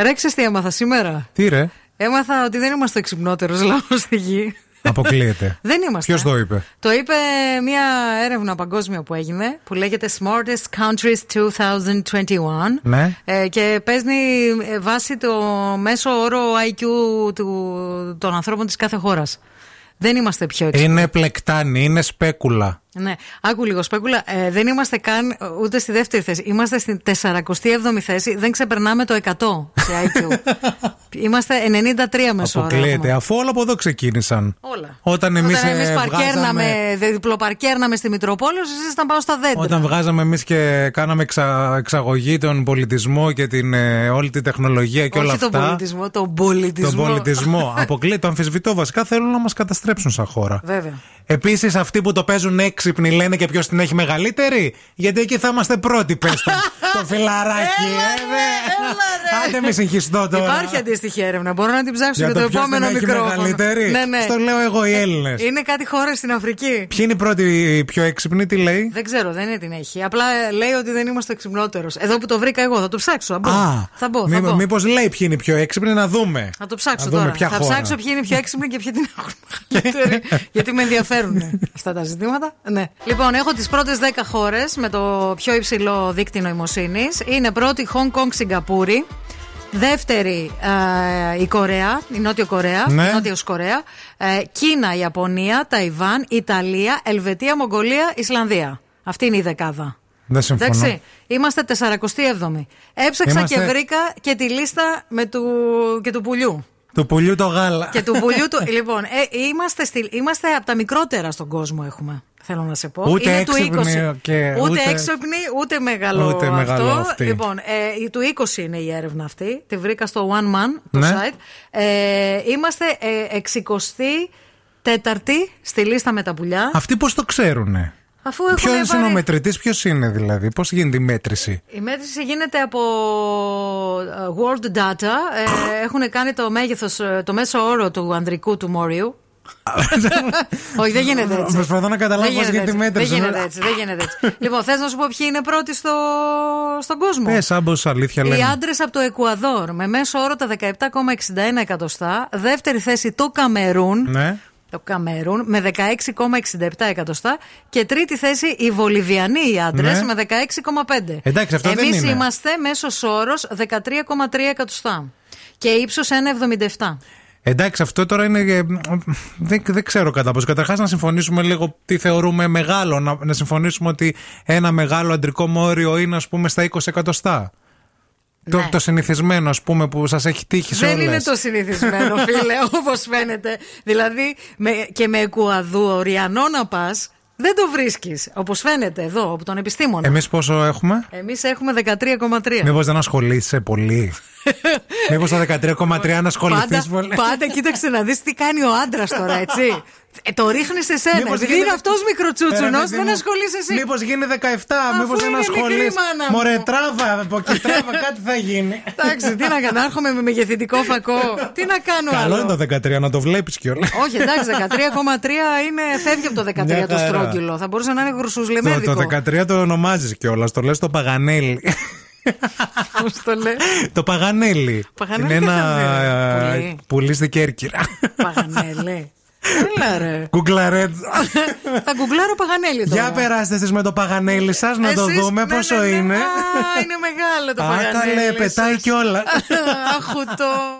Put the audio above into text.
Ρέξε τι έμαθα σήμερα. Τι ρε, Έμαθα ότι δεν είμαστε ο εξυπνότερο λαός στη γη. αποκλείεται. Δεν είμαστε. ε. Ποιος το είπε. Το είπε μια έρευνα παγκόσμια που έγινε που λέγεται Smartest Countries 2021. Ναι. Ε, και παίζει ε, βάση το μέσο όρο IQ του, των ανθρώπων της κάθε χώρας. Δεν είμαστε πιο εξυπνότεροι. Είναι πλεκτάνη, είναι σπέκουλα. Ναι, άκου λίγο σπέκουλα. Ε, δεν είμαστε καν ε, ούτε στη δεύτερη θέση. Είμαστε στην 47η θέση. Δεν ξεπερνάμε το 100 σε IQ. είμαστε 93 μεσόωρο. Αποκλείεται. Αφού όλα από εδώ ξεκίνησαν. Όλα. Όταν εμεί Όταν εμείς βγάζαμε. παρκέρναμε, δε- διπλοπαρκέρναμε στη Μητροπόλεως, εσείς ήταν πάω στα δέντρα. Όταν βγάζαμε εμείς και κάναμε εξα- εξαγωγή τον πολιτισμό και την, ε, όλη την τεχνολογία και Όχι όλα τον αυτά. πολιτισμό, τον πολιτισμό. Τον πολιτισμό. Αποκλείεται. Το αμφισβητώ. Βασικά θέλουν να μας καταστρέψουν σαν χώρα. Βέβαια. Επίσης, αυτοί που το παίζουν έξυπνοι λένε και ποιος την έχει μεγαλύτερη. Γιατί εκεί θα είμαστε πρώτοι, πες το. το φιλαράκι, Έλα ε, ρε, δε. έλα ρε. Άντε με συγχυστώ τώρα. Υπάρχει αντίστοιχη έρευνα. Μπορώ να την ψάξω Για για το, το ποιος επόμενο την έχει μικρό. μεγαλύτερη. Ναι, ναι. Στο λέω εγώ, οι Ε, Έλληνες. Είναι κάτι χώρε στην Αφρική. Ποιοι είναι οι πρώτοι οι πιο έξυπνοι, τι λέει. Δεν ξέρω, δεν είναι την έχει. Απλά ε, λέει ότι δεν είμαστε ο ξυπνότερος. Εδώ που το βρήκα εγώ, θα το ψάξω. Θα μπω. θα μπω. Θα, μπω. Μήπως λέει ποιοι είναι οι πιο έξυπνοι, να δούμε. θα το ψάξω να δούμε τώρα. Ποια Θα χώρα. ψάξω ποιοι είναι πιο έξυπνοι και ποιοι την έχουν μεγαλύτερη. γιατί με ενδιαφέρουν αυτά τα ζητήματα. Ναι. Λοιπόν, έχω τις πρώτες 10 χώρες με το πιο υψηλό δίκτυο νοημοσύνης. Είναι πρώτη Hong Kong, Σιγκαπούρη. Δεύτερη ε, η Κορέα, η Νότιο Κορέα, Ναι. η Νότιος Κορέα, ε, Κίνα, Ιαπωνία, Ταϊβάν, Ιταλία, Ελβετία, Μογγολία, Ισλανδία. Αυτή είναι η δεκάδα. Δεν συμφωνώ. Εντάξει, είμαστε 47η. Έψαξα Είμαστε- και βρήκα και τη λίστα με του... και του πουλιού. Του πουλιού το γάλα. και του πουλιού του. λοιπόν, ε, είμαστε, στη... είμαστε από τα μικρότερα στον κόσμο έχουμε. Θέλω να σε πω. Ούτε Είναι του έξυπνη 20. και ούτε, ούτε- έξυπνη, ούτε μεγάλο Ούτε μεγάλο αυτό. αυτή. Λοιπόν, ε, η του 20 είναι η έρευνα αυτή. Τη βρήκα στο One Man, το Ναι. site. Ε, είμαστε ε, 64η στη λίστα με τα πουλιά. Αυτοί πώς το ξέρουνε. Αφού έχουν Ποιος είναι ο πάρει- μετρητής, ποιος είναι δηλαδή, πώς γίνεται η μέτρηση. Η μέτρηση γίνεται από ε, World Data. Ε, έχουν κάνει το μέγεθος, ε, το μέσο όρο του ανδρικού του μόριου. Όχι, δεν γίνεται έτσι. Προσπαθώ να καταλάβω Δεν πώς γίνεται γίνεται η έτσι. Δεν μέτρηση. ναι. γίνεται έτσι. δεν γίνεται έτσι. λοιπόν, θες να σου πω ποιοι είναι πρώτοι στο, στον κόσμο. Πες, άμπο, Ε, αλήθεια Λοιπόν. Οι λένε. άντρες από το Εκουαδόρ με μέσο όρο τα 17,61 εκατοστά. Δεύτερη θέση το Καμερούν. Ναι. Το Καμερούν με 16,67 εκατοστά. Και τρίτη θέση οι Βολιβιανοί οι άντρες Ναι. με 16,5. Εντάξει, αυτό δεν Εμείς είναι. είμαστε μέσος όρος 13,3 εκατοστά. Και ύψος 1,77. Εντάξει, αυτό τώρα είναι. ε, Δεν, δεν ξέρω κατά πόσο. Καταρχάς, να συμφωνήσουμε λίγο τι θεωρούμε μεγάλο. Να, να συμφωνήσουμε ότι ένα μεγάλο αντρικό μόριο είναι, ας πούμε, στα 20 εκατοστά. Το, Ναι. το συνηθισμένο, ας πούμε, που σας έχει τύχει σε Δεν όλες. είναι το συνηθισμένο, φίλε, όπως φαίνεται. Δηλαδή, με, και με Εκουαδουοριανό να πας, δεν το βρίσκεις. Όπως φαίνεται εδώ, από τον επιστήμονα. Εμείς πόσο έχουμε. Εμείς έχουμε 13,3. Μήπως δεν ασχολείσαι πολύ. Μήπω τα 13,3 να ασχοληθείς Πάντα, πολύ. πάντα κοίταξε να δεις τι κάνει ο άντρας τώρα, έτσι. Ε, το ρίχνεις σε σένα. Μήπως Επειδή γίνεται- είναι αυτός μικροτσούτσουνος, δεν ασχολείσαι εσύ. Μήπως γίνει 17, μήπως δεν είναι μικρή, ασχολείσαι. μάνα μου. Μωρέ, τράβα από εκεί, τράβα, κάτι θα γίνει. Εντάξει, τι να κάνω, άρχομαι με μεγεθυντικό φακό. Τι να κάνω Καλό άλλο. είναι το 13, να το βλέπεις κιόλας. Όχι, εντάξει, 13,3 είναι, φεύγει από το 13 Μια το χαρά. στρόγγυλο. Θα μπορούσε να είναι Το, γρουσουσλεμέδικο. το 13 το ονομάζεις κιόλας. Το λες το Παγανέλη. Πώς το λέει. το Παγανέλη. Παγανέλη Είναι δεν ένα ξέρω, ε, πολύ. πουλί στην Κέρκυρα. Παγανέλη. Έλα ρε. Κουκλαρέτ. Θα γκουγκλάρω Παγανέλη τώρα. Για περάστε εσείς με το Παγανέλη σας να το Εσείς, δούμε ναι, πόσο ναι, ναι. είναι. Α, είναι μεγάλο το Α, Παγανέλη. καλέ, πετάει εσείς. κιόλα. Αχουτό.